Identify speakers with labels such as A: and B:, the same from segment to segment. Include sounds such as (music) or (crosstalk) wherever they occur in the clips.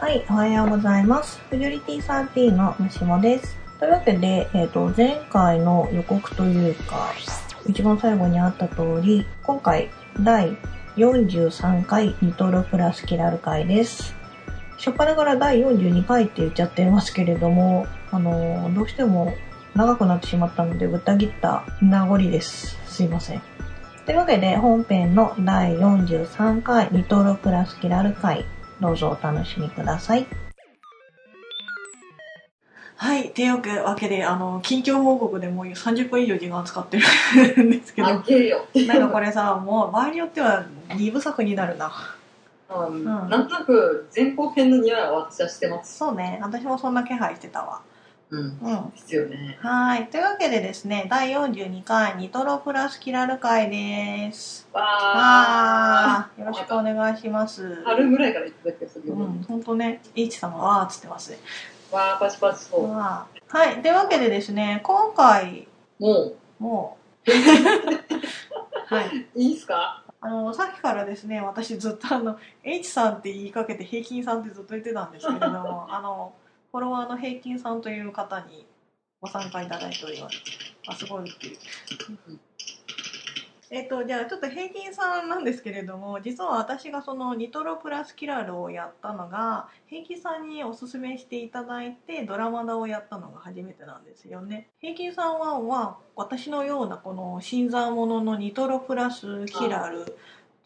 A: はい、おはようございます。フジョリティサーティのむしもです。というわけで、えっ、ー、と、前回の予告というか、一番最後にあった通り、今回、第43回ニトロプラスキラル会です。初っ端から第42回って言っちゃってますけれども、あのー、どうしても長くなってしまったので、ぶった切った名残です。すいません。というわけで、本編の第43回ニトロプラスキラル会、どうぞお楽しみください。
B: はい、ていうわけで、あの、近況報告でもう30分以上時間使ってるんですけど。
C: あけるよ。
B: なんかこれさ、もう場合によっては2部作になるな。
C: うん、なんとなく前後編の匂いは私はしてます。
B: そうね、私もそんな気配してたわ。
C: うん、うん、必要ね。
B: はい、というわけでですね、第42回ニトロプラスキラル会です。
C: わ
B: ーよろしくお願いします。
C: 春ぐらいから言ってたけど、
B: うん、本当ね、イーチさんがわーっつってますね。
C: わーパチパチそう。
B: はい、というわけでですね、今回
C: も
B: う (laughs) も
C: う
B: はい、
C: いいっすか？
B: あの、さっきからですね、私ずっとあの、H さんって言いかけて平均さんってずっと言ってたんですけれども、あの、フォロワーの平均さんという方にご参加いただいております。あ、すごいっていう。えっと、じゃあちょっと平均さんなんですけれども、実は私がそのニトロプラスキラルをやったのが、平均さんにおすすめしていただいてドラマダをやったのが初めてなんですよね。平均さんは、まあ、私のようなこの新参者のニトロプラスキラル、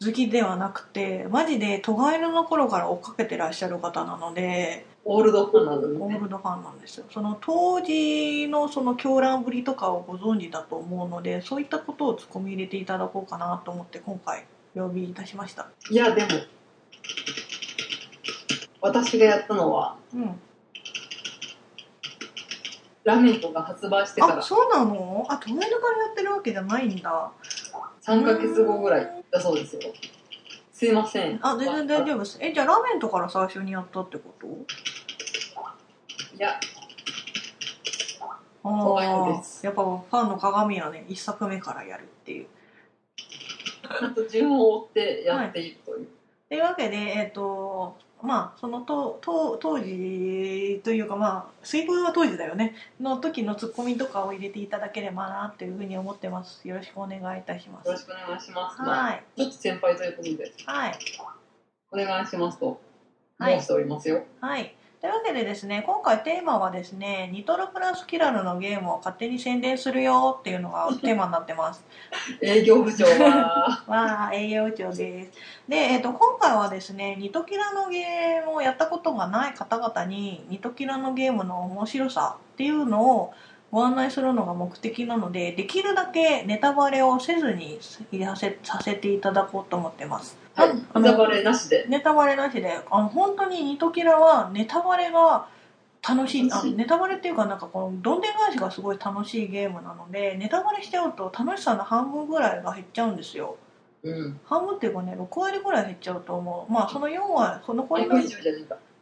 B: 好きではなくてマジで都会の頃から追っかけてらっしゃる方なので
C: オールドファンなんです
B: ねオールドファンなんですよその当時のその狂乱ぶりとかをご存知だと思うのでそういったことを突っ込み入れていただこうかなと思って今回お呼びいたしました
C: いやでも私がやったのは、
B: うん、
C: ラメンコが発売してから
B: あそうなのあ友達からやってるわけじゃないんだ
C: 3か月後ぐらいだそうですよすいません
B: あ全然大丈夫ですえじゃあラーメンとから最初にやったってこと
C: いや
B: ああやっぱファンの鏡やね1作目からやるっていう
C: ちゃんと順を追ってやっていくという、はい、
B: というわけでえっ、ー、とまあそのとと当時というかまあ水分は当時だよねの時のツッコミとかを入れていただければなというふうに思ってますよろしくお願いいたします
C: よろしくお願いします、
B: はい、
C: ちょっと先輩ということで
B: はい
C: お願いしますと申しておりますよ
B: はい、はいというわけでですね、今回テーマはですね、ニトロプラスキラルのゲームを勝手に宣伝するよっていうのがテーマになってます。
C: 営業部長は。
B: わあ、営業部長です。で、えっ、ー、と、今回はですね、ニトキラのゲームをやったことがない方々に、ニトキラのゲームの面白さっていうのをご案内するのが目的なので、できるだけネタバレをせずにさせさせていただこうと思ってます。
C: はい、ネタバレなしで。
B: ネタバレなしで。あの、本当にニトキラはネタバレが楽しい。あネタバレっていうか、なんかこのどんでん返しがすごい楽しいゲームなので、ネタバレしちゃうと楽しさの半分ぐらいが減っちゃうんですよ。
C: うん、
B: 半分っていうかね、6割ぐらい減っちゃうと思う。まあ、その4割、その残りの、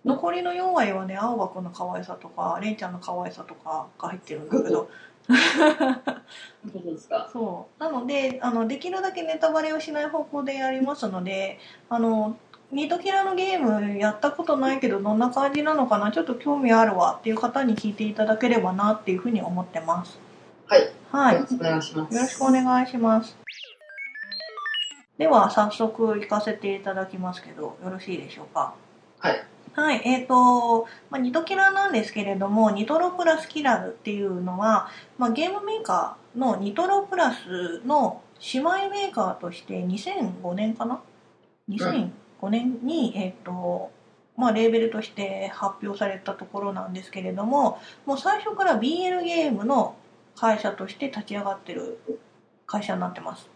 B: 残りの4割はね、青葉くんの可愛さとか、れんちゃんの可愛さとかが入ってるんだけど、
C: そうですか
B: そうなのであのできるだけネタバレをしない方向でやりますのであのニトキラのゲームやったことないけどどんな感じなのかなちょっと興味あるわっていう方に聞いていただければなっていうふうに思ってます
C: はい、
B: はい、
C: よろしくお願いします
B: よろしくお願いしますでは早速行かせていただきますけどよろしいでしょうか
C: はい
B: はい、えっ、ー、と、まあ、ニトキラなんですけれども、ニトロプラスキラルっていうのは、まあ、ゲームメーカーのニトロプラスの姉妹メーカーとして2005年かな ?2005 年に、えっ、ー、と、まあ、レーベルとして発表されたところなんですけれども、もう最初から BL ゲームの会社として立ち上がってる会社になってます。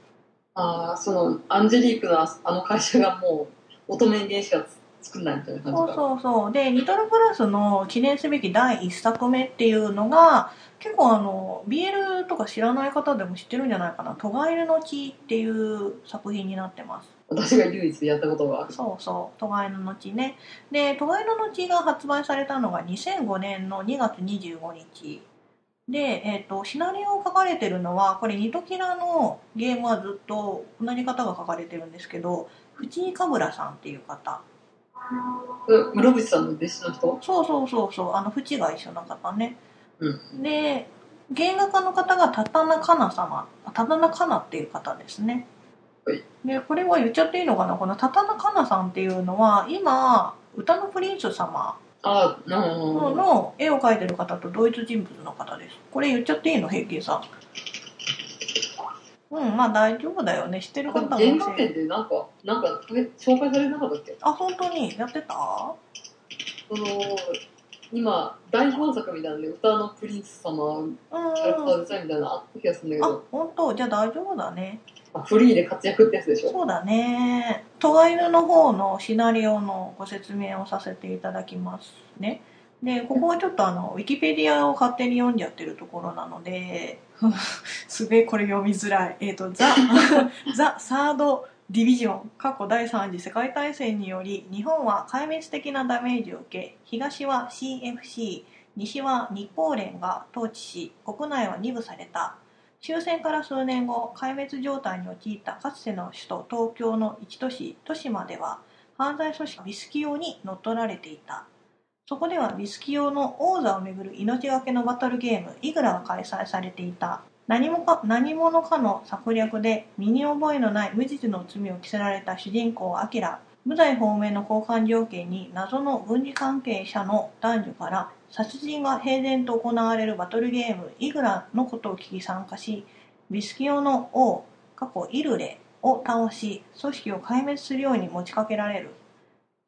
C: ああ、その、アンジェリークのあの会社がもう、乙女芸しか作んないみたいな感
B: じそうそうそうでニトロプラスの記念すべき第1作目っていうのが結構あの BL とか知らない方でも知ってるんじゃないかな「トガエルの地」っていう作品になってます
C: 私が唯一やったことがある
B: そうそう「トガエルの地ね」で「トガエルの地」が発売されたのが2005年の2月25日で、えっとシナリオを書かれてるのはこれニトキラのゲームはずっと同じ方が書かれてるんですけど藤井かぶらさんっていう方
C: うん室伏さんの弟子の人
B: そうそうそうそうあの縁が一緒の方ね、
C: う
B: で原画家の方がタタナカナ様タタナカナっていう方ですね、
C: はい
B: でこれは言っちゃっていいのかなこのタタナカナさんっていうのは今歌のプリンス様
C: ああなる
B: のの絵を描いてる方と同一人物の方ですこれ言っちゃっていいの平均さんうんまあ大丈夫だよね知ってる方も
C: 原画展でなんかなんか紹介されなかったっけ
B: あ本当にやってた
C: その今大本作みたいなんで歌のプリンス様
B: うん
C: キャラクターデザインみたいなのあった気がするんだけ
B: あ
C: ど、
B: 本当じゃあ大丈夫だね
C: あフリーで活躍ってやつでしょ
B: そうだね。トガイヌの方のシナリオのご説明をさせていただきますね。で、ここはちょっとあの、ウィキペディアを勝手に読んじゃってるところなので、 (laughs) すげえこれ読みづらい。えっ、と、ザ、 (laughs) ザ・サード・ディビジョン、過去第3次世界大戦により、日本は壊滅的なダメージを受け、東は CFC、西は日光連が統治し、国内は二部された。終戦から数年後壊滅状態に陥ったかつての首都東京の一都市豊島では犯罪組織ビスキオに乗っ取られていたそこではビスキオの王座をめぐる命がけのバトルゲームイグラが開催されていた何もか何者かの策略で身に覚えのない無実の罪を着せられた主人公アキラ無罪放免の交換条件に謎の軍事関係者の男女から殺人が平然と行われるバトルゲームイグラのことを聞き参加しビスキオの王過去イルレを倒し組織を壊滅するように持ちかけられる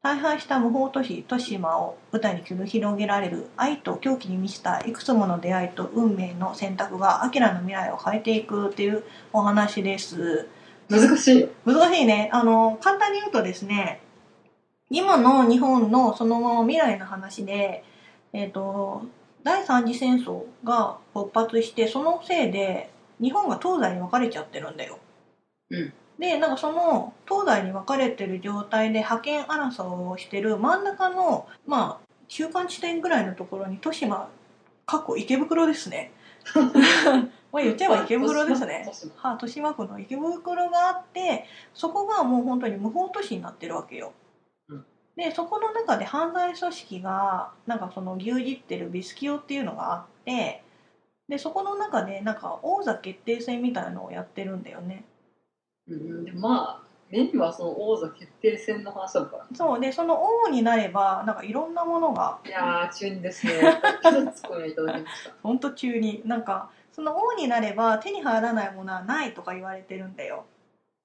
B: 大敗した無法都市豊島を舞台に繰り広げられる愛と狂気に満ちたいくつもの出会いと運命の選択がアキラの未来を変えていくっていうお話です。
C: 難しいよ
B: 難しいね。あの、簡単に言うとですね、今の日本のそのまま未来の話で、えっ、と、第三次戦争が勃発して、そのせいで、日本が東西に分かれちゃってるんだよ。
C: うん
B: で、なんかその、東西に分かれてる状態で覇権争いをしてる真ん中の、まあ、中間地点ぐらいのところに、豊島、過去池袋ですね。まあ言っちゃえば池袋ですね。は豊島区の池袋があってそこがもう本当に無法都市になってるわけよ。
C: うん
B: でそこの中で犯罪組織がなんかその牛耳ってるビスキオっていうのがあってでそこの中でなんか王座決定戦みたいのをやってるんだよね。
C: うんでまあメインはその王座決定戦の話だか
B: そうでその王になればなんかいろんなものが
C: らいやー中二ですねちょっとツッコミをいただきました
B: 本当中になんかその王になれば手に入らないものはないとか言われてるんだよ。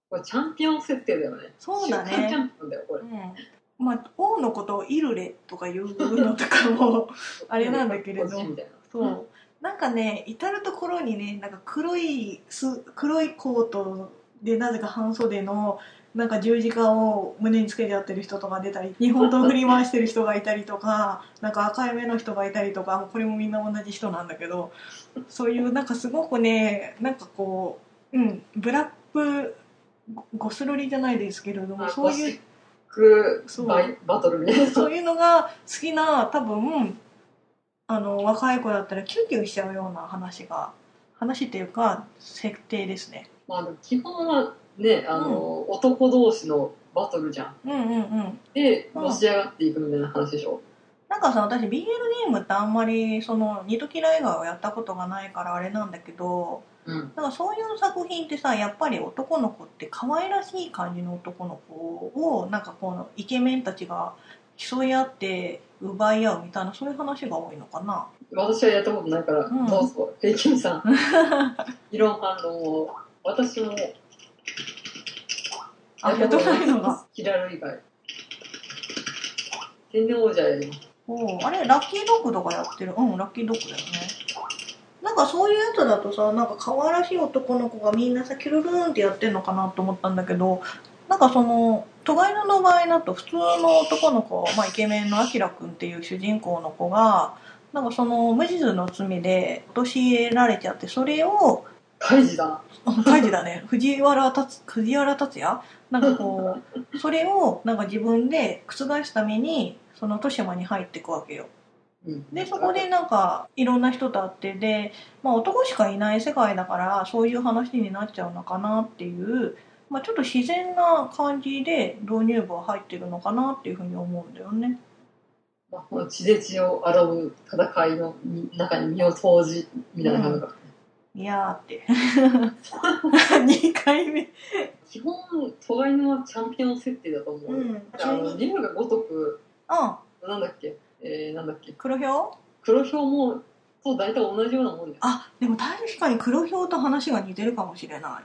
C: これチャンピオン設定だよね
B: そうだね
C: 週刊チャンピオンだよこれ
B: うんまあ、王のことをイルレとか言うのとかもあれなんだけれど
C: 個人みたいな
B: そう、なんかね至る所にねなんか黒いす黒いコートでなぜか半袖のなんか十字架を胸につけてやってる人とか出たり日本刀を振り回してる人がいたりと (laughs) かなんか赤い目の人がいたりとかこれもみんな同じ人なんだけどそういうなんかすごくねなんかこう、うん、ブラックゴゴスロリじゃないですけれども
C: あ
B: そう
C: ゴシ
B: いう
C: ック
B: そう
C: バイバトルみたいな
B: そういうのが好きな多分あの若い子だったらキュンキュンしちゃうような話が話っていうか設定ですね。
C: まあでも基本はねあの、男同士のバトルじゃん
B: うんうんうん。
C: で
B: うん
C: のし上がっていくみたいな話でしょ、
B: なんかさ私 BL ゲームってあんまりそのニトキラ以外をやったことがないからあれなんだけど
C: うん、
B: なんかそういう作品ってさやっぱり男の子って可愛らしい感じの男の子をなんかこのイケメンたちが競い合って奪い合うみたいなそういう話が多いのかな。
C: 私はやったことないから、
B: うん
C: どうぞ平均
B: (laughs)
C: さん異論反論を私も
B: あやっとないのが。
C: キラル以外天然王者やります
B: おーあれラッキードッグとかやってるうんラッキードッグだよねなんかそういうやつだとさなんか可愛らしい男の子がみんなさキュルルーンってやってんのかなと思ったんだけどなんかその都外のの場合だと普通の男の子、まあ、イケメンのアキラくんっていう主人公の子がなんかその無実の罪で陥れられちゃってそれを
C: 大事だ
B: あカイジだね (laughs) 藤原竜藤原竜也なんかこうそれをなんか自分で覆すためにその豊島に入っていくわけよ
C: うん
B: でそこでなんかいろんな人と会ってで、まあ、男しかいない世界だからそういう話になっちゃうのかなっていう、まあ、ちょっと自然な感じで導入部は入ってるのかなっていうふうに思うんだよね。
C: まあ、この血で血を洗う戦いの中に身を投じみたいな感覚、
B: いやーって (laughs) 2回目、
C: 基本トライのはチャンピオン設定だと思う、
B: うん、
C: あのリムがごとく
B: うん
C: なんだっけえー、なんだっけ
B: 黒ひょう
C: 黒豹もと大体同じようなもんだよ
B: あでも確かに黒ひょうと話が似てるかもしれな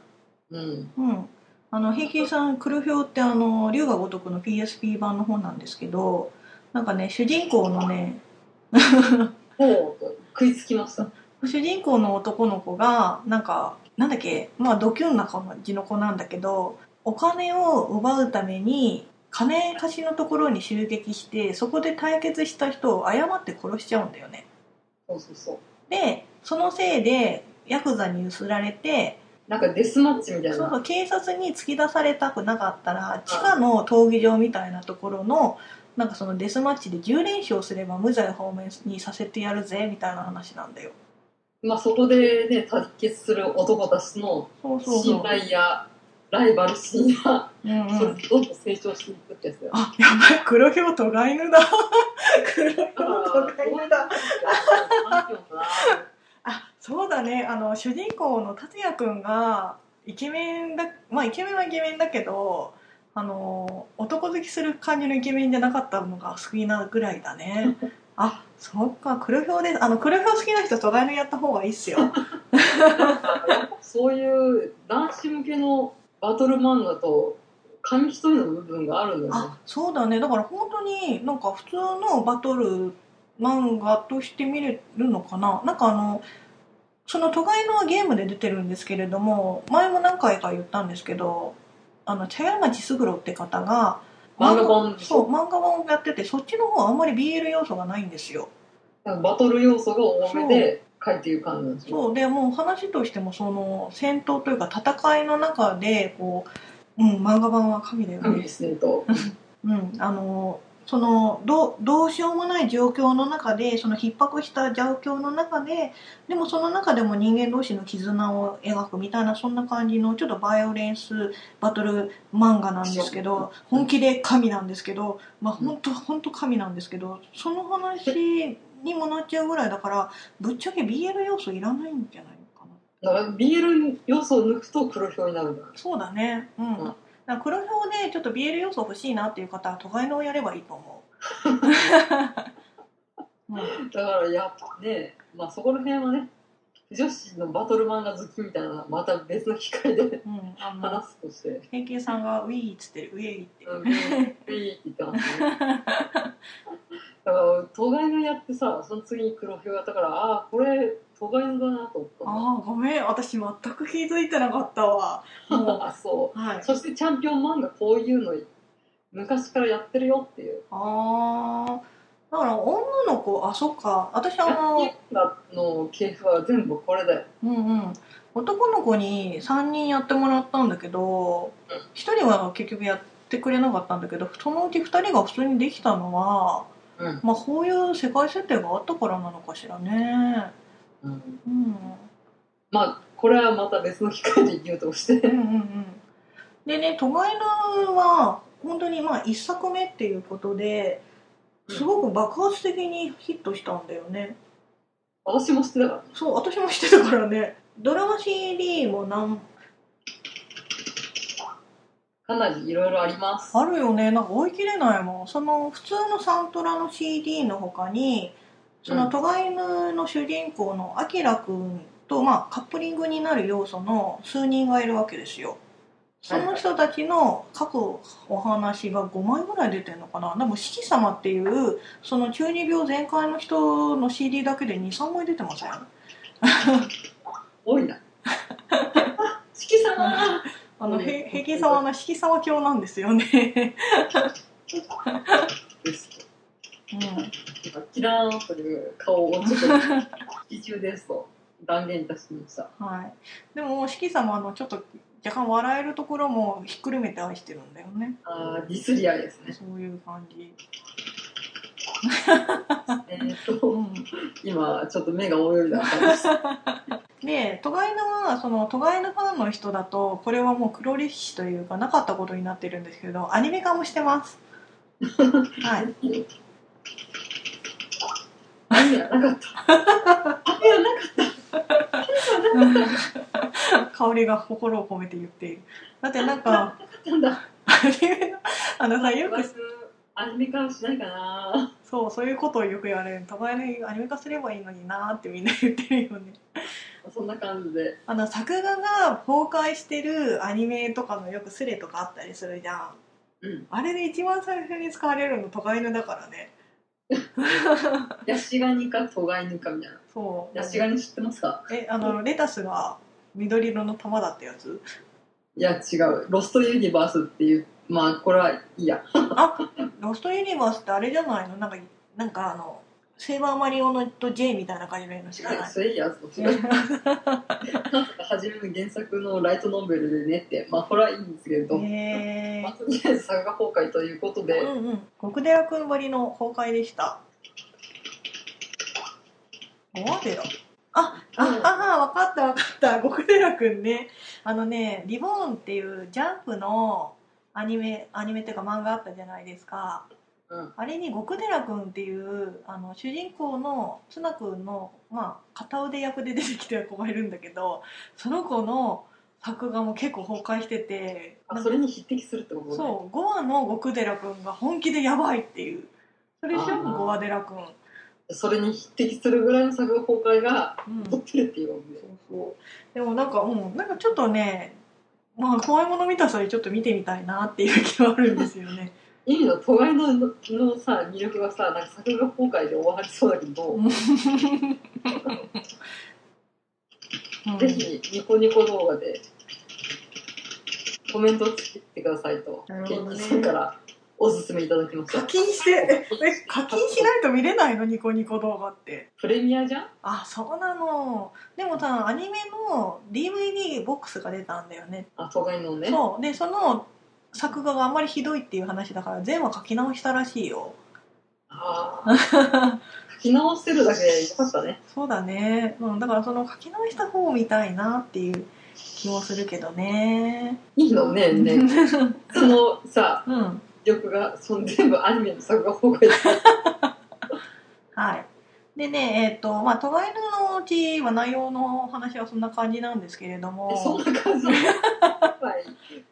B: い。
C: うん
B: うん、あの平均さん「黒ひょう」ってあの龍が如くの PSP 版の本なんですけどなんかね主人公のね
C: ほう食いつきました
B: 主人公の男の子がなんかなんだっけまあドキュンな感じの子なんだけどお金を奪うために金貸しのところに襲撃してそこで対決した人を誤って殺しちゃうんだよね。
C: そうそうそう
B: でそのせいでヤクザにゆすられて
C: なんかデスマッチみたいな
B: そうそう警察に突き出されたくなかったら地下の闘技場みたいなところのなんかそのデスマッチで10連勝すれば無罪方面にさせてやるぜみたいな話なんだよ。
C: まあ、そこでね対決する男たちの
B: そうそうそう
C: 信。頼やライバル心や、
B: うんうん、
C: それがどんどん成長していくってやつだよ
B: あやばい黒ひょうとが犬だ (laughs) 黒ひょうとが
C: (laughs)
B: 犬だ
C: あー
B: あそうだねあの主人公の達也くんがイケメンだまあイケメンはイケメンだけどあの男好きする感じのイケメンじゃなかったのが好きなぐらいだ (laughs) ねあそっか黒ひょうですあの黒ひょう好きな人隣のやった方がいいっすよ
C: そういう男子向けのバトル漫画と紙一重の部分があるんだよね
B: あそうだねだから本当になんか普通のバトル漫画として見れるのかななんかあのその都会のはゲームで出てるんですけれども前も何回か言ったんですけどあの茶屋町すぐろって方が
C: 漫画版でし
B: そ
C: ょ
B: う漫画版をやっててそっちの方はあんまり BL 要素がないんですよ
C: なんかバトル要素が多めで書いていく感じなんですよ
B: そうでもう話としてもその戦闘というか戦いの中でこう、うん、漫画版は神だよ
C: 紙
B: ね
C: にすると
B: うん、あのそのどうどうしようもない状況の中でその逼迫した状況の中ででもその中でも人間同士の絆を描くみたいなそんな感じのちょっとバイオレンスバトル漫画なんですけど本気で神なんですけどまあ本当本当神なんですけどその話にもなっちゃうぐらいだからぶっちゃけ BL 要素いらないんじゃないのかな
C: だから BL 要素を抜くと黒表になるんだ
B: そうだねうん、
C: うん
B: だから黒表でちょっと BL 要素欲しいなっていう方は都会のをやればいいと思う、うん、
C: だからやっぱね、まあ、そこら辺はね女子のバトル漫画好きみたいなのはまた別の機会で
B: うん、あの
C: 話すと
B: (laughs)
C: して
B: 平均さんが「ウィー」っつってる「ウェイ」って、
C: うんいいって言ってますねだから都外のやってさその次に黒ひょうやったからああこれ都外のだなと思ったの
B: ああごめん私全く気づいてなかったわも
C: あそう
B: はいう
C: そしてチャンピオン漫画こういうの昔からやってるよっていう
B: ああだから女の子あそっか私あ
C: チャン
B: の
C: ピオン漫画の系譜は全部これだよ
B: うんうん、男の子に3人やってもらったんだけど
C: うん
B: 1人は結局やってくれなかったんだけどそのうち2人が普通にできたのは、
C: うん
B: まあ、こういう世界設定があったからなのかしらね。
C: うん
B: うん
C: まあこれはまた別の機会で言うとして
B: うんうんうん、でね「トガイナ」は本当にまあ1作目っていうことですごく爆発的にヒットしたんだよね。
C: 私も知ってたから
B: そう、私もしてたからね。ドラマ CD もなん
C: かなりいろいろあります。
B: あるよね。なんか追い切れないもん。その普通のサントラの CD の他に、そのトガイヌの主人公のアキラくんと、まあ、カップリングになる要素の数人がいるわけですよ。その人たちの各お話が5枚ぐらい出てるのかな。でも、四季様っていう、その中二病全開の人の CD だけで2、3枚出てません
C: 多いな。四季様
B: あの、
C: うん
B: へ平均様の四季様教なんですよね。
C: (laughs) です。
B: うん
C: キラーンという顔をちょっと、引き中ですと断言いたしました。
B: はい、でも四季様のちょっと若干笑えるところもひっくるめて愛してるんだよね
C: あーディスリアですね。
B: そういう感じ
C: えーっ
B: う
C: と
B: ん
C: 今ちょっと目が泳いだ感じです
B: で、トガイヌは、その、トガイヌファンの人だと、これはもう黒歴史というか、なかったことになってるんですけど、アニメ化もしてます。はい。
C: アニメはなかった。アニメはなかっ
B: 香りが心を込めて言っている。だってなんか、
C: たんだ。
B: アニメの、あのさ、よく、
C: アニメ化はしないかな。
B: そう、そういうことをよく言われる。トガイヌアニメ化すればいいのになーってみんな言ってるよね。
C: そんな感じで。
B: あの、作画が崩壊してるアニメとかのよくスレとかあったりするじゃん。
C: うん。
B: あれで一番最初に使われるのトガイヌだからね。
C: ヤシガニかトガイヌかみたいな。
B: そう。
C: ヤシガニ知ってますか
B: え、あの、レタスが緑色の玉だったやつ
C: いや、違う。ロストユニバースっていう、まあ、これはいいや。
B: あ、ロストユニバースってあれじゃないのなんか、なんかあの、セイバーマリオのと J みたいな感じのの知らない
C: それいいやつ。はじめの原作のライトノベルでねって、まあ、これはいいんですけれど。
B: へ
C: まあ、
B: ー
C: とりあえず作画崩壊ということで、
B: うんうん。極寺くんばりの崩壊でした。ゴアデラあ、あ、あ、あ、わかったわかった。 (laughs) 極寺くんね。あのね、リボーンっていうジャンプのアニメ、アニメっていうか漫画あったじゃないですか。
C: うん
B: あれに極寺くんっていう、あの、主人公の綱くんの、まあ、片腕役で出てきた子がいるんだけど、その子の作画も結構崩壊してて、
C: あそれに匹敵するってことね。
B: そう、ゴアの極寺くんが本気でやばいっていう。それでし
C: あ
B: ょ、
C: ー
B: ゴア寺くん。
C: それに匹敵するぐらいの作画崩壊が
B: うん。
C: 起
B: そう
C: きてるっていうわけで。
B: そう。でもなんか、うん、なんかちょっとね、まあ怖いもの見た際ちょっと見てみたいなっていう気はあるんですよね。
C: いいの、都会のののさ、魅力がさ、なんか作画崩壊で終わりそうだけど、
B: うんうん
C: ぜひニコニコ動画でコメントをつけてくださいと、
B: なる
C: ケ
B: ほど
C: ン
B: ね
C: キさんからおすすめいただきまし
B: 課
C: た。
B: 金して、え、課金しないと見れないのニコニコ動画って。
C: プレミアじゃん
B: あ、そうなの。でもさ、アニメの DVD ボックスが出たんだよね。
C: あ、都会のね。
B: そうでその作画があんまりひどいっていう話だから全話書き直したらしい (laughs) よ
C: ああ、書き直せるだけでよかったね。
B: そうだね、うん、だからその書き直した方を見たいなっていう気もするけどね
C: いいのね、ね。そのさ、
B: うん
C: 魅力が、その全部アニメの作画崩壊だ
B: はいでねえっ、とまあ「トガイヌのうち」は内容の話はそんな感じなんですけれど
C: って、そ
B: も
C: んな感じで。 (laughs) はい。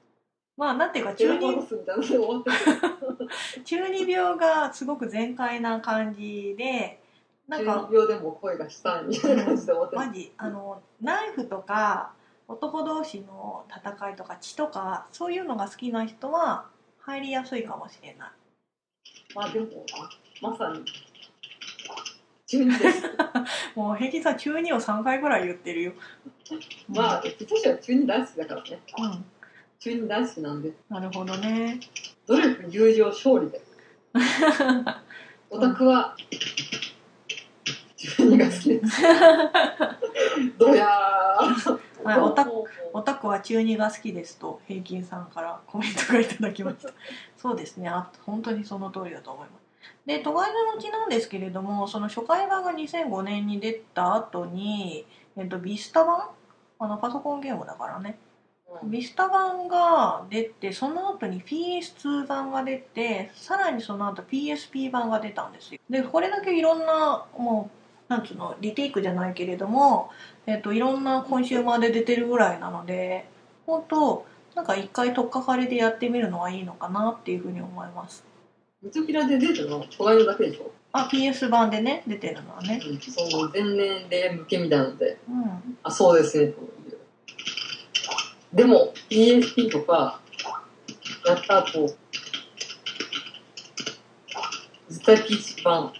B: まあなんていうか
C: 中
B: 中
C: 二
B: 二
C: すみたいなので終わったけど。
B: 中二病がすごく全開な感じでなんか
C: 12秒でも声がしたみたいな感じで終わった
B: マジあのナイフとか男同士の戦いとか血とかそういうのが好きな人は入りやすいかもしれない
C: まあでもなまさに中二です
B: もう平気さ中2を3回ぐらい言ってるよ
C: まあ私は中二大好きだからね
B: うん
C: 中二大好きなんで
B: なるほどね (laughs)
C: 努力友情勝利でオタクは中二が好きです
B: (laughs)
C: どやー、
B: はいオタ
C: もう
B: オタクは中2が好きですと平均さんからコメントがいただきましたそうですねあ本当にその通りだと思いますで「都会のうち」なんですけれどもその初回版が2005年に出た後に、えっと、ビスタ版あのパソコンゲームだからね
C: うん
B: ビスタ版が出てその後に PS2 版が出てさらにその後 PSP 版が出たんですよでこれだけいろんなもうなんつうのリテイクじゃないけれども、えっといろんなコンシューマーで出てるぐらいなので本当なんか一回取っかかりでやってみるのはいいのかなっていうふうに思います
C: ミトキラで出るの隣だけでしょ、
B: あ PS 版でね出てるのはね
C: うん、その全年齢向けみたいなので
B: うん
C: あ、そうですね。でも、ESP とか、やった後、絶対 PC 版、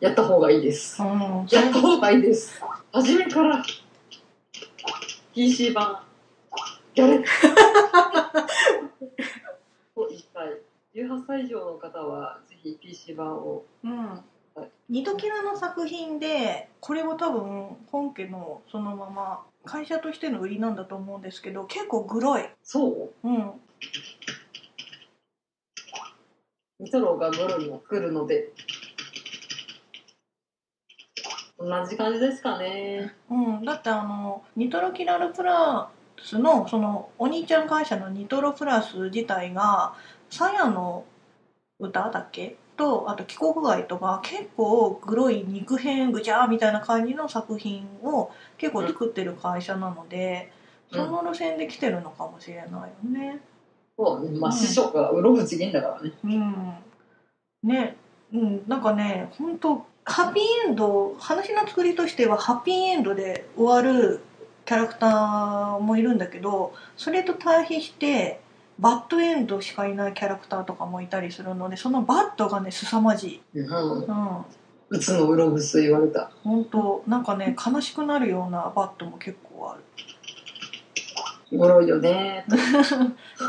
C: やった方がいいです。
B: うん
C: やった方がいいです。初めから、PC 版、やれと言いたい。18歳以上の方は、ぜひ PC 版を。
B: うんニトキラの作品でこれは多分本家のそのまま会社としての売りなんだと思うんですけど結構グロい、
C: そう
B: うん、
C: ニトロがブルにも来るので。こんなじ感じですかね。
B: うん、だってあのニトロキラルプラスのそのお兄ちゃん会社のニトロプラス自体が「サヤの歌」だっけとあと「帰国外」とか結構グロい肉片ぐちゃーみたいな感じの作品を結構作ってる会社なので、
C: うん
B: その路線で来てるのかもしれないよね。
C: そうだね。まあ、
B: うん
C: 師匠がうろぶちげんだからね。
B: うん、ね、うん、なんかね本当ハッピーエンド話の作りとしてはハッピーエンドで終わるキャラクターもいるんだけどそれと対比してバッドエンドしかいないキャラクターとかもいたりするのでそのバッドがね凄まじい、
C: うん
B: うん、本
C: うつのうろぶつと言われた。
B: 当なんかね悲しくなるようなバッドも結構ある
C: グロいよね。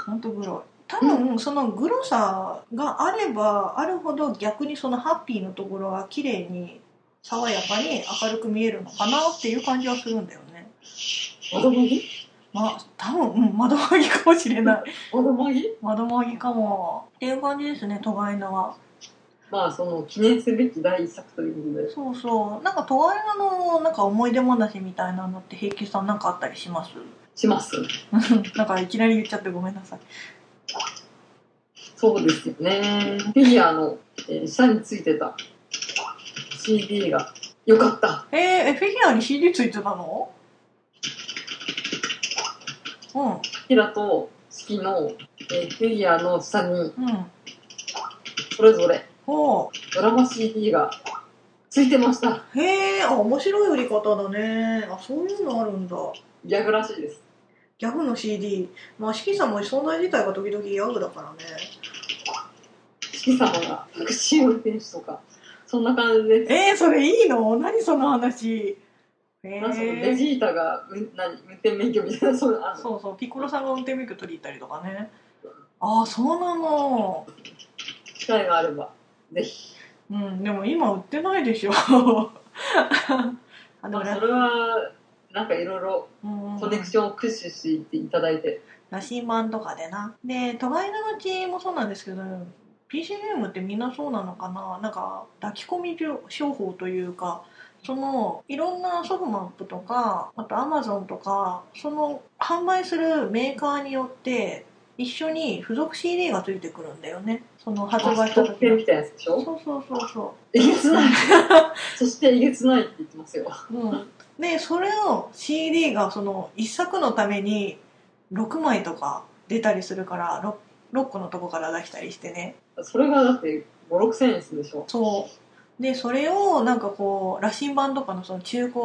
B: 本当グロい多分そのグロさがあればあるほど逆にそのハッピーのところが綺麗に爽やかに明るく見えるのかなっていう感じはするんだよね
C: 窓まぎ
B: まあ多分、うん、窓紛ぎかもしれない
C: 窓まぎ
B: (laughs) 窓紛ぎかもっていう感じですねトガイナは
C: まあ、その記念すべき第一作ということで。
B: そうそうなんかトガイナのなんか思い出話みたいなのって平気さんなんかあったりします
C: します。
B: なんかいきなり言っちゃってごめんなさい
C: そうですよね。フィギュアの、えー下についてた CD が良かった。
B: えー、えフィギュアに CD ついてたのう
C: キラと四季の、えーフィギュアの下に
B: んうん
C: それぞれ
B: ほ
C: ドラマ CD がついてました。
B: うへえあ面白い売り方だねあそういうのあるんだ
C: ギャグらしいです。
B: ギャグの CD まあ四季さんも存在自体が時々ギャグだからね
C: 四季様がタクシー運転手とか、そんな感じです。
B: えー、それいいの何その話へ
C: なんかそのベジ
B: え
C: ータがうん何運転免許みたいな、そういうのあるの
B: そうそうピコロさんが運転免許取り行ったりとかねああそうなの
C: 機会があれば、ぜひ。
B: うんでも今売ってないでしょ (laughs) あで
C: ま
B: も
C: (laughs) あ、
B: ね
C: それは、なんかいろいろ
B: うんうん
C: コネクションを駆使していただいて、
B: 羅針盤とかでなで都会のうちもそうなんですけど PC ゲームってみんなそうなのかななんか抱き込み商法というかそのいろんなソフマップとかあとアマゾンとかその販売するメーカーによって一緒に付属 CD がついてくるんだよねその発売した
C: 特
B: 時
C: 典
B: の
C: みたいなやつでしょ
B: そうそうそうそう
C: えげつない。 (laughs) そしてえげつないって言ってますよ。
B: うん、でそれを CD がその1作のために6枚とか出たりするから 6, 6個のとこから出したりしてね
C: それがだって5、6千円するでしょ。
B: そうでそれをなんかこう羅針盤とかのその中古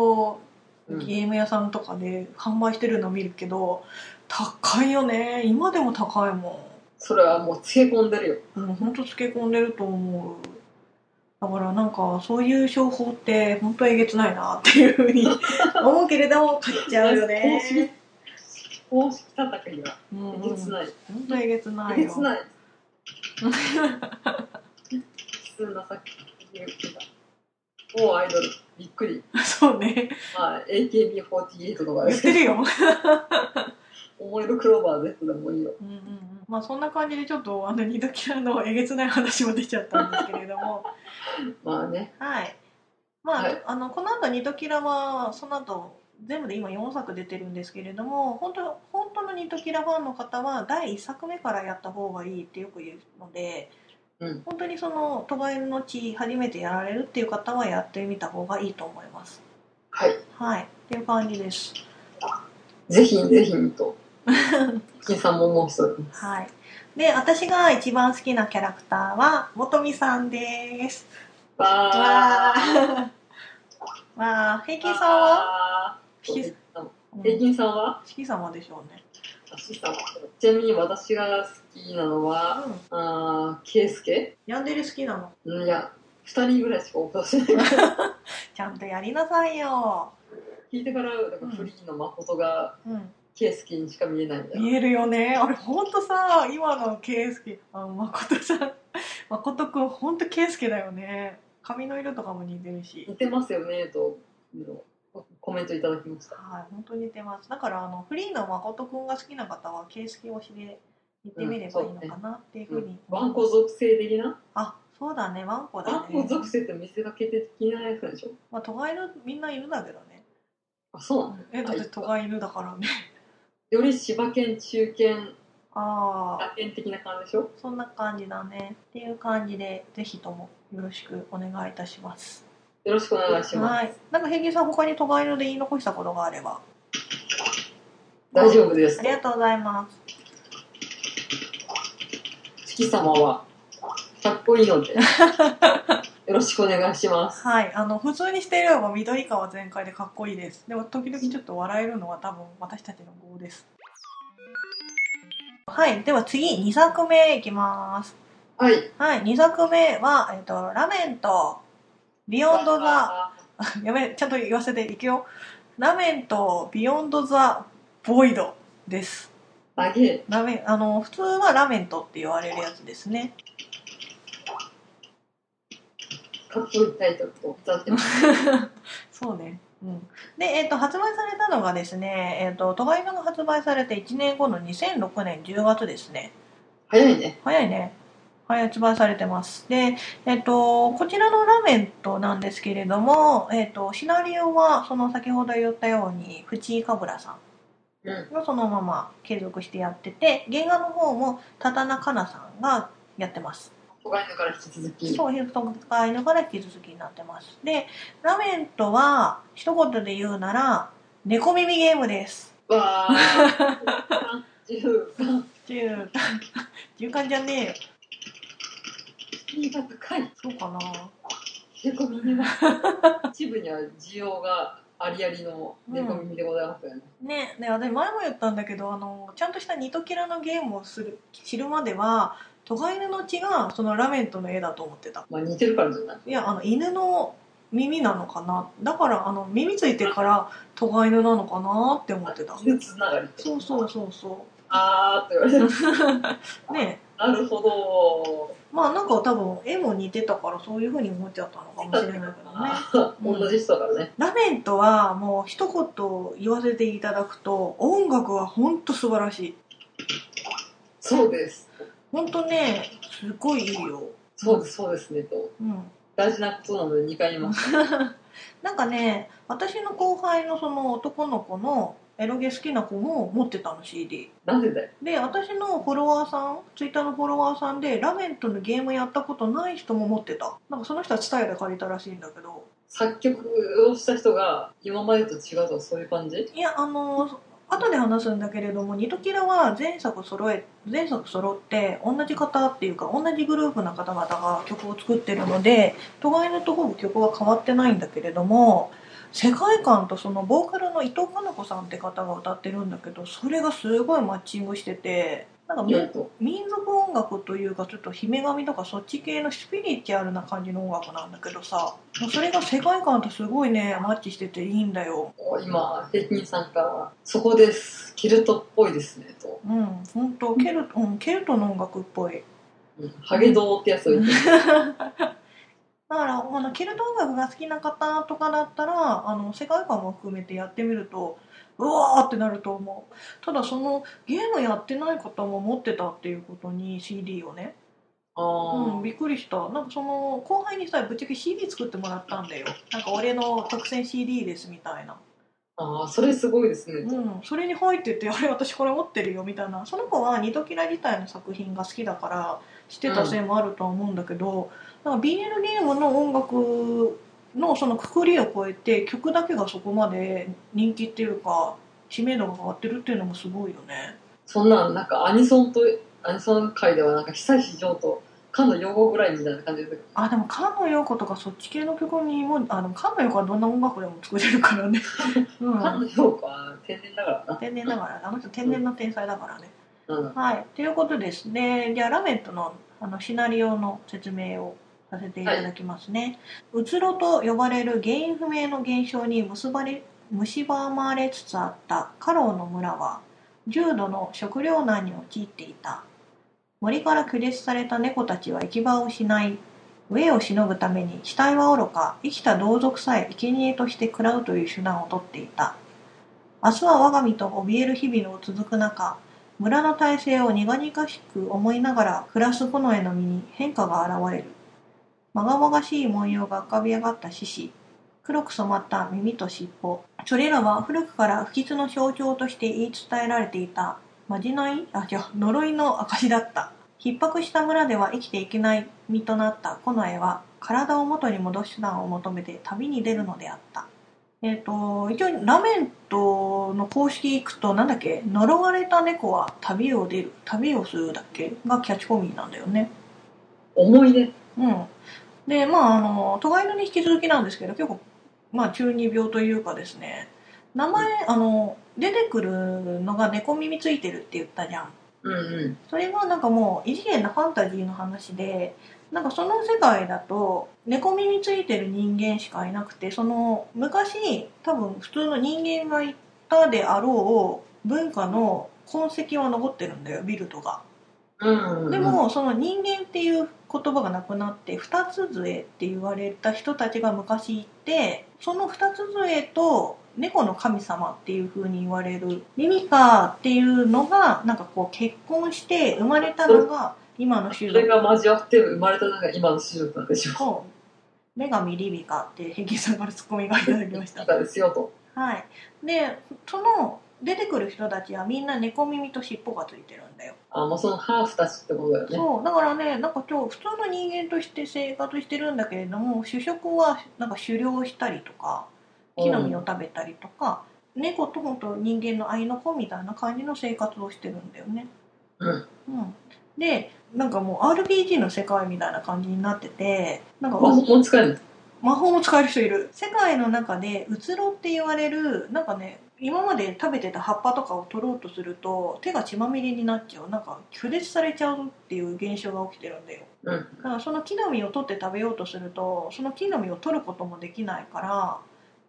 C: うん、
B: ゲーム屋さんとかで販売してるの見るけど高いよね今でも高いも
C: それはもうつけ込んでるよ。
B: んうんほんとつけ込んでると思うだからなんかそういう商法って本当えげつないなっていうふうに (laughs) 思うけれども買っちゃうよね
C: (laughs) 公式、公式叩きが
B: うん
C: え
B: う
C: げ
B: ん
C: つない。
B: 本当えげつない
C: え
B: よ
C: げつない。普通な作品おアイドル、びっくり。
B: そうね
C: まあ、AKB48 とかで
B: 言っ
C: すけど、
B: てるよ、
C: 思い出クローバー Z でもいいよ。
B: うんうんうん、まあそんな感じでちょっとあの二度キャラのえげつない話も出ちゃったんですけれども
C: まあね、
B: はいまあ,、
C: はい
B: あのこの後二度キラはその後全部で今4作出てるんですけれども本当本当の二度キラファンの方は第1作目からやった方がいいってよく言うので、
C: うん
B: 本当にその「都外の地」初めてやられるっていう方はやってみた方がいいと思います。
C: はい。
B: はいっていう感じです。
C: ぜひぜひと、金さんももう一人。
B: はい。で、私が一番好きなキャラクターは、もとみさんです。わ
C: わー。
B: ー。 (laughs) わー、平均さんは
C: 平均さん平
B: 好
C: 均さんは
B: き様でしょうね。
C: 足さんちなみに私が好きなのは、
B: うん。
C: あー、ケイスケ
B: ヤンデレ好きなの。
C: うんいや、二人ぐらいしか応募してない。
B: ちゃんとやりなさいよ。
C: 聞いてから、なんかフリーの誠が
B: うん。
C: ケイスケにしか見えないみたいな。
B: 見えるよね。あれ、ほんとさ、今のケイスケ、あの、誠さん、誠くん、ほんとケイスケだよね。髪の色とかも似てるし。
C: 似てますよね、と、コメントいただきました。
B: はい、本当に似てます。だから、あの、フリーの誠くんが好きな方は、ケイスケ推しで言ってみればいいのかなっていうふうに、
C: ワンコ属性的な
B: あそうだねワンコ
C: ワ
B: だ
C: ンコ
B: ね
C: 属性って見せかけて的なやつなんでしょ
B: まあ都会のみんないるんだけどね
C: あ、そうなの
B: えだって都会犬だからね
C: より柴犬、中犬、
B: ああ
C: 打犬的な感じでしょ
B: そんな感じだねっていう感じでぜひともよろしくお願いいたします
C: よろしくお願いします。
B: はいなんか平均さん他に都会犬で言い残したことがあれば
C: 大丈夫です
B: あり。がとうございます
C: 月様は、かっこいいので、よろしくお願いします。
B: はいあの普通にしていれば緑川全開でかっこいいですでも時々ちょっと笑えるのは多分私たちの業ですはいでは次2作目いきます
C: はい。
B: はい、2作目は、えっと、ラメンと、ビヨンドザ、やべえ、ちゃんと言わせていくよ。ラメンと、ビヨンドザ、ボイドです。
C: だけ、
B: ラメン、あの、普通はラメントって言われるやつですね。
C: かっこいいタイトルと歌ってます。
B: そうね。うん、で、えっと発売されたのがですね、えっとトガイマが発売されて1年後の2006年10月ですね。
C: 早いね。
B: 早いね。はい、発売されてます。で、えっと、こちらのラメントなんですけれども、えっと、シナリオは、その先ほど言ったように、藤井かぶらさ
C: うん。
B: んがそのまま継続してやってて、原画の方も、たたなかなさんがやってます。
C: 小金井から引き続き。
B: そう、ヒルトンが犬から引き続きになってます。で、ラメントは、一言で言うなら、猫耳ゲームです。
C: わ (laughs) ー。30
B: 中間、中間じゃねえよ。
C: 敷居が高い。
B: そうかな
C: 結構耳が。一部には需要がありありの猫耳でございますよね。
B: ね、で私前も言ったんだけどあのちゃんとしたニトキラのゲームをする知るまではトガ犬の血がそのラメントの絵だと思ってた
C: まあ似てるからじゃない。
B: いやあの犬の耳なのかなだからあの耳ついてるからトガ犬なのかなって
C: (laughs)
B: 思ってた
C: 犬つながりって。
B: そうそうそうそ
C: あーって言われてる。 (laughs)
B: うね
C: なるほど。
B: まあなんか多分絵も似てたからそういう風に思っちゃったのかもしれないけどね
C: (laughs) あー同じ人だからね。
B: ラメントはもう一言言わせていただくと音楽は本当素晴らしい
C: そうです。
B: 本当ねすごいいいよ
C: そうです、そうですね、と。
B: うん (laughs)
C: 大事なことなので2回言います。 (laughs)
B: なんかね私の後輩のその男の子のエロゲ好きな子も持ってたの CD
C: なんでだよ。
B: で私のフォロワーさんツイッターのフォロワーさんでラメントのゲームやったことない人も持ってたなんかその人はツタヤで借りたらしいんだけど
C: 作曲をした人が今までと違うとかそういう感じ
B: いやあの後で話すんだけれども「ニトキラ」は前作揃え前作揃って同じ方っていうか同じグループの方々が曲を作ってるので都会のとほぼ曲は変わってないんだけれども世界観とそのボーカルの伊藤かな子さんって方が歌ってるんだけどそれがすごいマッチングしててなんかみ
C: 言うと。
B: 民族音楽というかちょっと姫神とかそっち系のスピリチュアルな感じの音楽なんだけどさそれが世界観とすごいねマッチしてていいんだよ。
C: 今、平均さんから、そこです。キルトっぽいですね、と。
B: うん、本当ケルト、うん、ケルトの音楽っぽい。
C: うんハゲドーってやつを言ってる。
B: だから、あの、ケルト音楽が好きな方とかだったら、あの、世界観も含めてやってみると、うわーってなると思う。ただ、その、ゲームやってない方も持ってたっていうことに CD をね。う
C: あ
B: ん、
C: ー
B: びっくりした。なんかその、後輩にさ、ぶっちゃけ CD 作ってもらったんだよ。なんか俺の特選 CD ですみたいな。
C: あー、それすごいですね、と。
B: うん、それに入ってて「あれ私これ持ってるよ」みたいなその子はニトキラ自体の作品が好きだから知ってたせいもあるとは思うんだけど、なんか BL ゲームの音楽のそのくくりを超えて曲だけがそこまで人気っていうか知名度が上がってるっていうのもすごいよね。
C: そんなん、なんかアニソンと、アニソン界ではなんか久石譲と、感度用語ぐらいみたいな感じで、
B: あでも菅野陽子とかそっち系の曲にもあでも菅野陽子はどんな音楽でも作れるからね。う
C: 感
B: ん
C: 度用語は天然だからな。
B: 天然だからねあの人天然の天才だからね。
C: うん。
B: はい、ということですね。じゃあ、ラメットのあのシナリオの説明をさせていただきますね。うつろと呼ばれる原因不明の現象に結ばれ蝕まれつつあったカローの村は、重度の食糧難に陥っていた。森から拒絶された猫たちは行き場を失い、飢えをしのぐために死体はおろか、生きた同族さえ生贄として食らうという手段をとっていた。明日は我が身と怯える日々の続く中、ムラの体制を苦々しく思いながら暮らす炎への身に変化が現れるまがまがしい文様が浮かび上がった獅子黒く染まった耳と尻尾それらは古くから不吉の象徴として言い伝えられていたまじないあじゃ呪いの証だった逼迫した村では生きていけない身となった近衛は体を元に戻す手段を求めて旅に出るのであったえっ、と一応ラメントの公式行くとなんだっけ呪われた猫は旅を出る旅をするだっけがキャッチコピーなんだよね
C: 思い出。
B: うんでまああの都会のに引き続きなんですけど結構まあ中二病というかですね名前あの出てくるのが猫耳ついてるって言ったじゃん
C: うんうん。
B: それはなんかもう異次元のファンタジーの話でなんかその世界だと猫耳ついてる人間しかいなくてその昔多分普通の人間がいたであろう文化の痕跡は残ってるんだよビルトが。
C: うん、うん。
B: で、もその人間っていう言葉がなくなって二つ杖って言われた人たちが昔いてその二つ杖と猫の神様っていう風に言われるミミカっていうのがなんかこう結婚して生まれたのが今の種
C: それ
B: 族
C: が交わって生まれたのが今の種族なんでしょ
B: と女神リビカって平均さんからツッコミがいただきまし
C: う。い
B: た
C: かですよと。
B: はいでその出てくる人たちはみんな猫耳と尻尾がついてるんだよ
C: あ、もうそのハーフたちってことだよね。
B: そうだからねなんか今日普通の人間として生活してるんだけれども主食はなんか狩猟したりとか木の実を食べたりとか、猫と本当人間の愛の子みたいな感じの生活をしてるんだよね。
C: うん
B: うんでなんかもう RPG の世界みたいな感じになっててなんか
C: 魔法も使える。
B: 魔法も使える人いる世界の中でうつろって言われるなんかね今まで食べてた葉っぱとかを取ろうとすると手が血まみれになっちゃうなんか拒絶されちゃうっていう現象が起きてるんだよ
C: うん。
B: だからその木の実を取って食べようとするとその木の実を取ることもできないから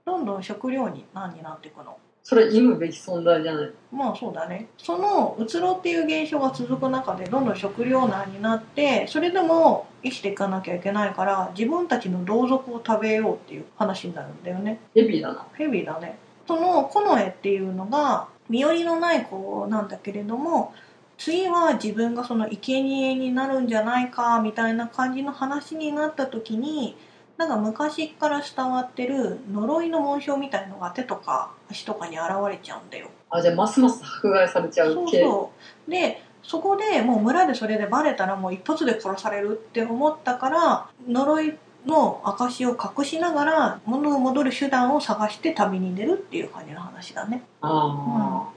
B: どんどん食料に難になっていくの
C: それ、忌むべき存在じゃない。
B: まあそうだねそのうつろっていう現象が続く中でどんどん食糧難になってそれでも生きていかなきゃいけないから自分たちの同族を食べようっていう話になるんだよね
C: ヘビーだな。
B: ヘビーだねそのコノエっていうのが身寄りのない子なんだけれども次は自分がその生贄になるんじゃないかみたいな感じの話になった時になんか昔から伝わってる呪いの紋章みたいのが手とか足とかに現れちゃうんだよ
C: あ、じゃあ、ますます迫害されちゃ
B: そうう
C: 系。
B: そうでそこでもう村でそれでバレたらもう一発で殺されるって思ったから呪いの証を隠しながら物を戻る手段を探して旅に出るっていう感じの話だね。
C: あ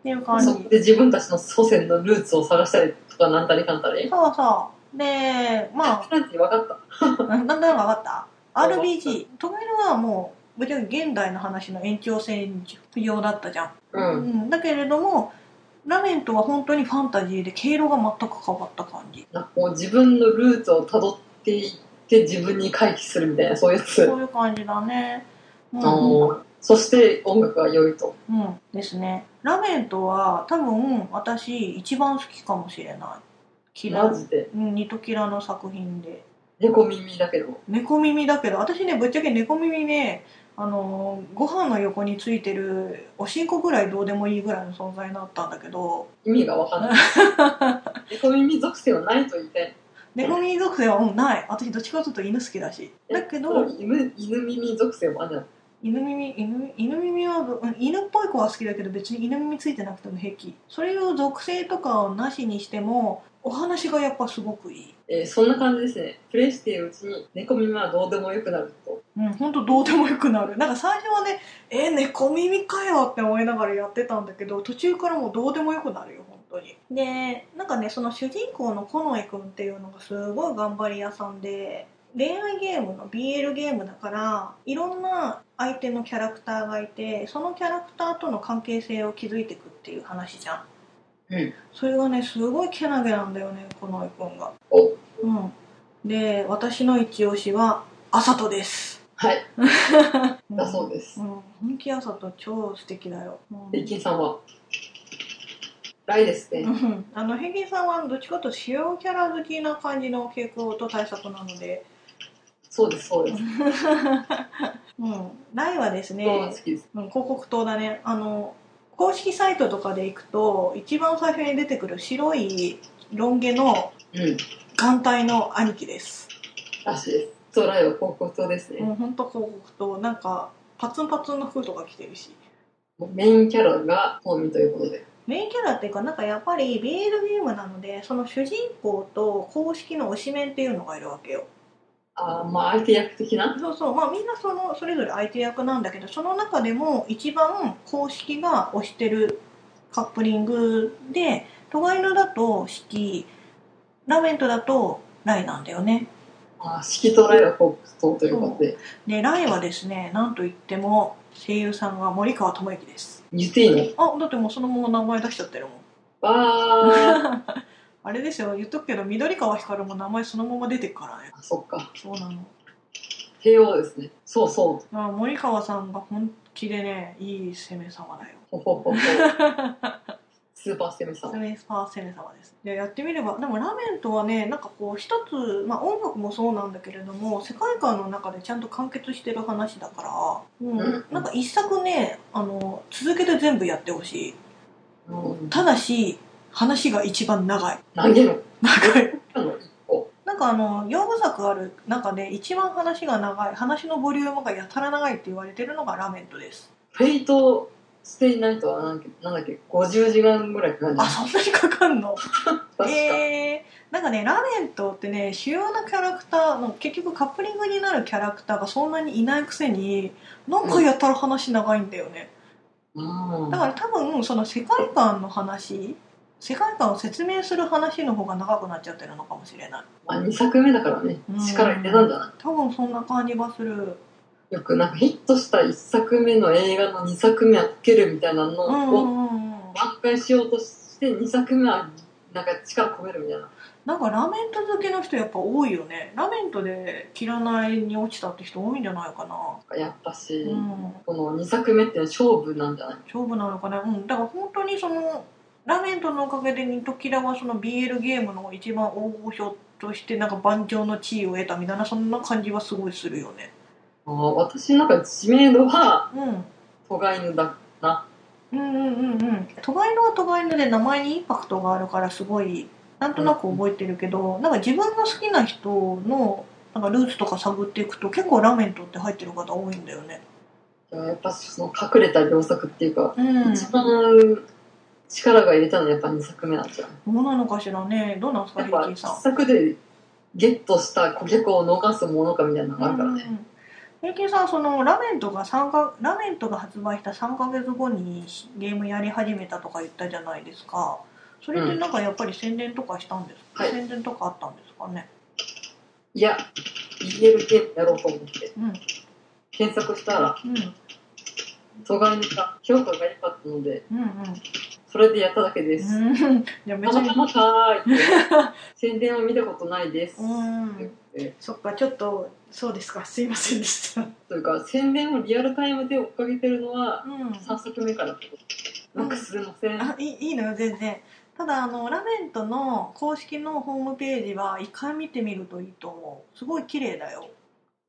B: っていう
C: あ、
B: 感じ。
C: そこで自分たちの祖先のルーツを探したりとか、なんたりかんたり。
B: そうそう。で、ま
C: なんて分かった。
B: あ、なんとなく分かった
C: わかった
B: ?RPG。トメルはもう、ぶっちゃけ現代の話の延長線上だったじゃん。
C: う。
B: うんん、だけれども、ラメントは本当にファンタジーで経路が全く変わった感じ。
C: なんかこう、自分のルーツをたどっていって、自分に回帰するみたいな、そういうやつ。
B: そういう感じだね。う
C: あ
B: ん
C: のそして音楽が良いと。
B: うん、ですね。ラメントは多分私一番好きかもしれない。嫌
C: マ
B: い。
C: ジで。
B: うん、ニトキラの作品で。
C: 猫耳だけど。
B: 猫耳だけど、私ね、ぶっちゃけ猫耳ね、あのー、ご飯の横についてるおしんこぐらいどうでもいいぐらいの存在だったんだけど、
C: 意味がわかんない。
B: (laughs)
C: 猫耳属性はないと言いたい。
B: 猫耳属性はもうない。私どっちかというと犬好きだし。だけ
C: そ
B: ど
C: う、犬犬耳属性もあるじゃん。
B: 犬耳、犬犬耳は、うん犬っぽい子は好きだけど別に犬耳ついてなくても平気。それを属性とかをなしにしても、お話がやっぱすごくいい。
C: えーそんな感じですね。プレイしているうちに猫耳はどうでもよくなると。
B: うん、ほんとどうでもよくなる。なんか最初はね、えー、猫耳かよって思いながらやってたんだけど、途中からもうどうでもよくなるよ、本当に。で、なんかね、その主人公のコノエくんっていうのがすごい頑張り屋さんで、恋愛ゲームの BL ゲームだから、いろんな相手のキャラクターがいて、そのキャラクターとの関係性を築いていくっていう話じゃん。
C: うん。
B: それがね、すごいけなげなんだよね、コノエくんが。
C: お
B: うん。で、私の一押しは、アサトです。
C: はい、
B: うん
C: だそうです
B: う。ん、本気朝と超素敵だよ。うん
C: 平均さんは。大ですね
B: う。んあの平均さんはどっちかというと主要キャラ好きな感じの傾向と対策なので、
C: そうです、そうです。
B: うん、ライはです
C: そう
B: ね
C: 好、きです。
B: うん、広告塔だね。あの公式サイトとかで行くと一番最初に出てくる白いロン毛の
C: うん。
B: 眼帯の兄貴です
C: らしいです。空よ、高校とですね。
B: もうほんと広告となんかパツンパツンの服とか着てるし
C: もうメインキャラが本ミということで。
B: メインキャラっていうかなんかやっぱり BL ゲームなのでその主人公と公式の推しメンっていうのがいるわけよ
C: あーまあ相手役的な。
B: そうそうまあみんなそのそれぞれ相手役なんだけどその中でも一番公式が推してるカップリングでトガイヌだと式ラメントだとライなんだよね
C: あー式とライは高校ということで。
B: でライはですねなんといっても声優さんが森川智之です
C: 言っていいの
B: あだってもうそのまま名前出しちゃってるもん (laughs)
C: わー。
B: あれですよ言っとくけど緑川光も名前そのまま出てくからね
C: あそっか。
B: そうなの
C: 帝王ですね。そうそう。
B: まあ森川さんが本気でねいい攻め様だよ
C: ほほほほ。スーパーセミさ
B: ス
C: ん。
B: メスパーセネ様ですでやってみればでもラメンとはねなんかこう一つ、まあ、音楽もそうなんだけれども世界観の中でちゃんと完結してる話だから、うん
C: うん
B: なんか一作ねあの続けて全部やってほしい
C: うん、
B: ただし話が一番長い
C: 投げる。
B: 長い
C: あの、一個。
B: なんかあの4部作ある中で一番話が長い話のボリュームがやたら長いって言われてるのがラメントです
C: フェイト、ステイナイトはなんだっけなんだっけ ?50 時間ぐらいかかるんじゃ
B: あ
C: ない
B: そんなにかかんの
C: 確か。
B: えー、なんかねラメントってね主要なキャラクターの結局カップリングになるキャラクターがそんなにいないくせになんかやたら話長いんだよね、
C: うん
B: だから多分その世界観の話世界観を説明する話の方が長くなっちゃってるのかもしれない
C: まあ、2作目だからね
B: うん
C: 力入れたんじゃない、
B: 多分そんな感じがする
C: よくなんかヒットした1作目の映画の2作目はこけるみたいな
B: う
C: の
B: んう
C: を
B: んうんうん
C: 挽回しようとして2作目はなんか力込めるみたいな
B: なんかラメント好きの人やっぱ多いよねラメントで切らないに落ちたって人多いんじゃないかな
C: やったし、
B: うん
C: この2作目っていうのは勝負なんじゃない
B: 勝負なのかなうんだから本当にそのラメントのおかげでニトキラはその BL ゲームの一番大御所としてなんか盤上の地位を得たみたいなそんな感じはすごいするよね
C: あー私の中で知名度は
B: うん
C: トガイヌだな
B: うんうんうんうんトガイヌはトガイヌで名前にインパクトがあるからすごいなんとなく覚えてるけど、なんか自分の好きな人のなんかルーツとか探っていくと結構ラメントって入ってる方多いんだよね
C: やっぱその隠れた良作っていうか、
B: うん
C: 一番力が入れたのはやっぱ2作目なんじゃない
B: どうなのかしらねどうなんですか
C: やっ
B: リ
C: ぱ
B: ッキーさん
C: 1作でゲットした顧客を逃すものかみたいなのがあるからね、
B: 平均さんそのラメントが三かラメントが発売した3か月後にゲームやり始めたとか言ったじゃないですかそれってなんかやっぱり宣伝とかしたんですか、
C: はい
B: 宣伝とかあったんですかね
C: いや BL ゲームやろうと思って
B: うん
C: 検索したら
B: うん
C: トガイヌが評価が良かったので
B: うん
C: それでやっただけです、
B: うんうんじ
C: た
B: ゃあ別
C: ま
B: に
C: たまかーいって
B: (laughs)
C: 宣伝を見たことないです、
B: うん
C: え
A: (laughs) そっか、ちょっと、そうですか、すいませんでした。
C: というか宣伝をリアルタイムで追っかけてるのは
B: うん
C: 3作目からってことなんかすいません、
B: あいいいいのよ全然ただあのラメントの公式のホームページは一回見てみるといいと思うすごい綺麗だよ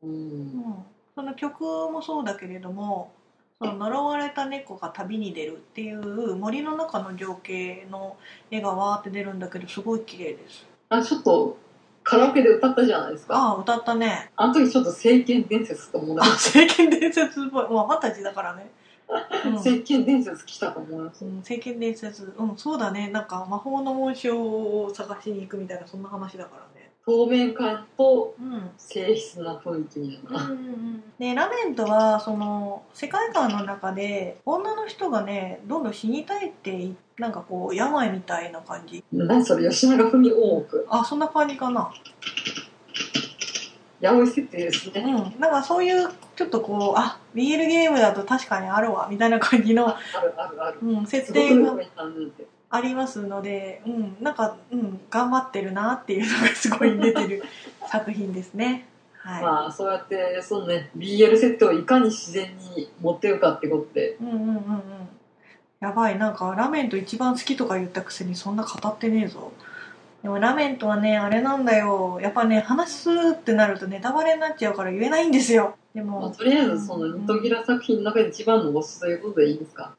C: うん
B: うんその曲もそうだけれどもその呪われた猫が旅に出るっていう森の中の情景の絵がわーって出るんだけどすごい綺麗です
C: あちょっとカラオケで歌ったじゃないですかあ
B: ああ歌ったね
C: (laughs) の時ちょっと「聖剣伝説」と思いま
B: あ
C: し
B: 聖剣伝説っぽいまあ二十歳だからね、
C: た聖剣伝説来たと思いまし
B: う
C: た
B: んうん、聖剣伝説うんそうだねなんか魔法の紋章を探しに行くみたいなそんな話だからね
C: 透明感と
B: うん
C: 静筆な雰囲気みたいな、
B: でラメントはその世界観の中で女の人がねどんどん死にたいっていなんかこう病みたいな感じ
C: 何それ吉永文多く
B: あそんな感じかな
C: 八百設定です
B: うん
C: ね
B: なんかそういうちょっとこうあ BL ゲームだと確かにあるわみたいな感じの、
C: あるあるある
B: うん、設
C: すごく
B: 定
C: 有
B: が
C: 名なんで
B: ありますので、うん、なんか、うん、頑張ってるなっていうのがすごい出てる作品ですねはい、
C: まあそうやってそのね BL 設定をいかに自然に持ってるかってことで
B: うんうんうんうんやばいなんかラメント一番好きとか言ったくせにそんな語ってねえぞでもラメントはねあれなんだよやっぱね話すってなるとネタバレになっちゃうから言えないんですよで
C: まあ、
B: も
C: とりあえずそのニトギラ作品の中で一番の推しということでいいですか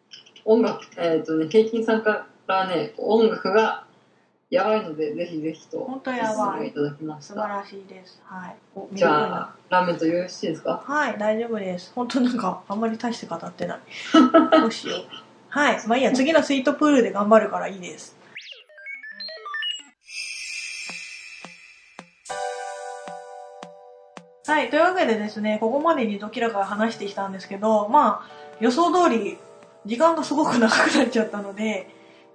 C: 音楽、えっ、とね、ケイキンさんからね、音楽がやばいので、ぜひぜひと、
B: 本当や
C: お
B: ばい
C: 勧めいただきまし
B: 素晴
C: た。
B: らしいです。はい。お
C: じゃあ、ラーメンとよろしいですか
B: はい、大丈夫です。本当なんか、あんまり大して語ってない。どうしよう。はい、まあいいや、次のスイートプールで頑張るからいいです。はい、というわけでですね、ここまでにどキラから話してきたんですけど、まあ、予想通り、時間がすごく長くなっちゃったので、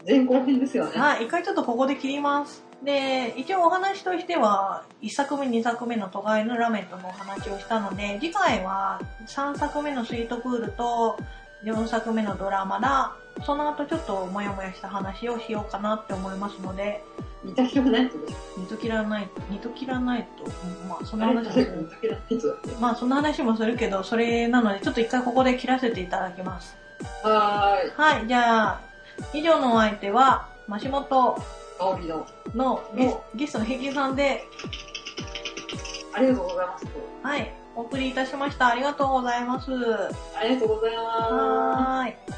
C: 前後編ですよね。
B: はい、一回ちょっとここで切ります。で、一応お話としては、1作目、2作目の都会のラメットのお話をしたので、次回は3作目のスイートプールと4作目のドラマだ、その後ちょっともやもやした話をしようかなって思いますので、
C: 似た人ないってことです
B: 二度切らない、二度切らないと、うんまあそ
C: あ
B: の
C: れ
B: 話
C: 似
B: も
C: た人ない人だって。
B: まあその話もするけど、それなのでちょっと一回ここで切らせていただきます。
C: はーい。
B: はい、じゃあ、以上のお相手は、マシモト
C: 香りの。
B: のゲスゲストの平均さんで、
C: ありがとうございます。
B: はい、お送りいたしました。ありがとうございます。
C: ありがとうございます。
B: はーい。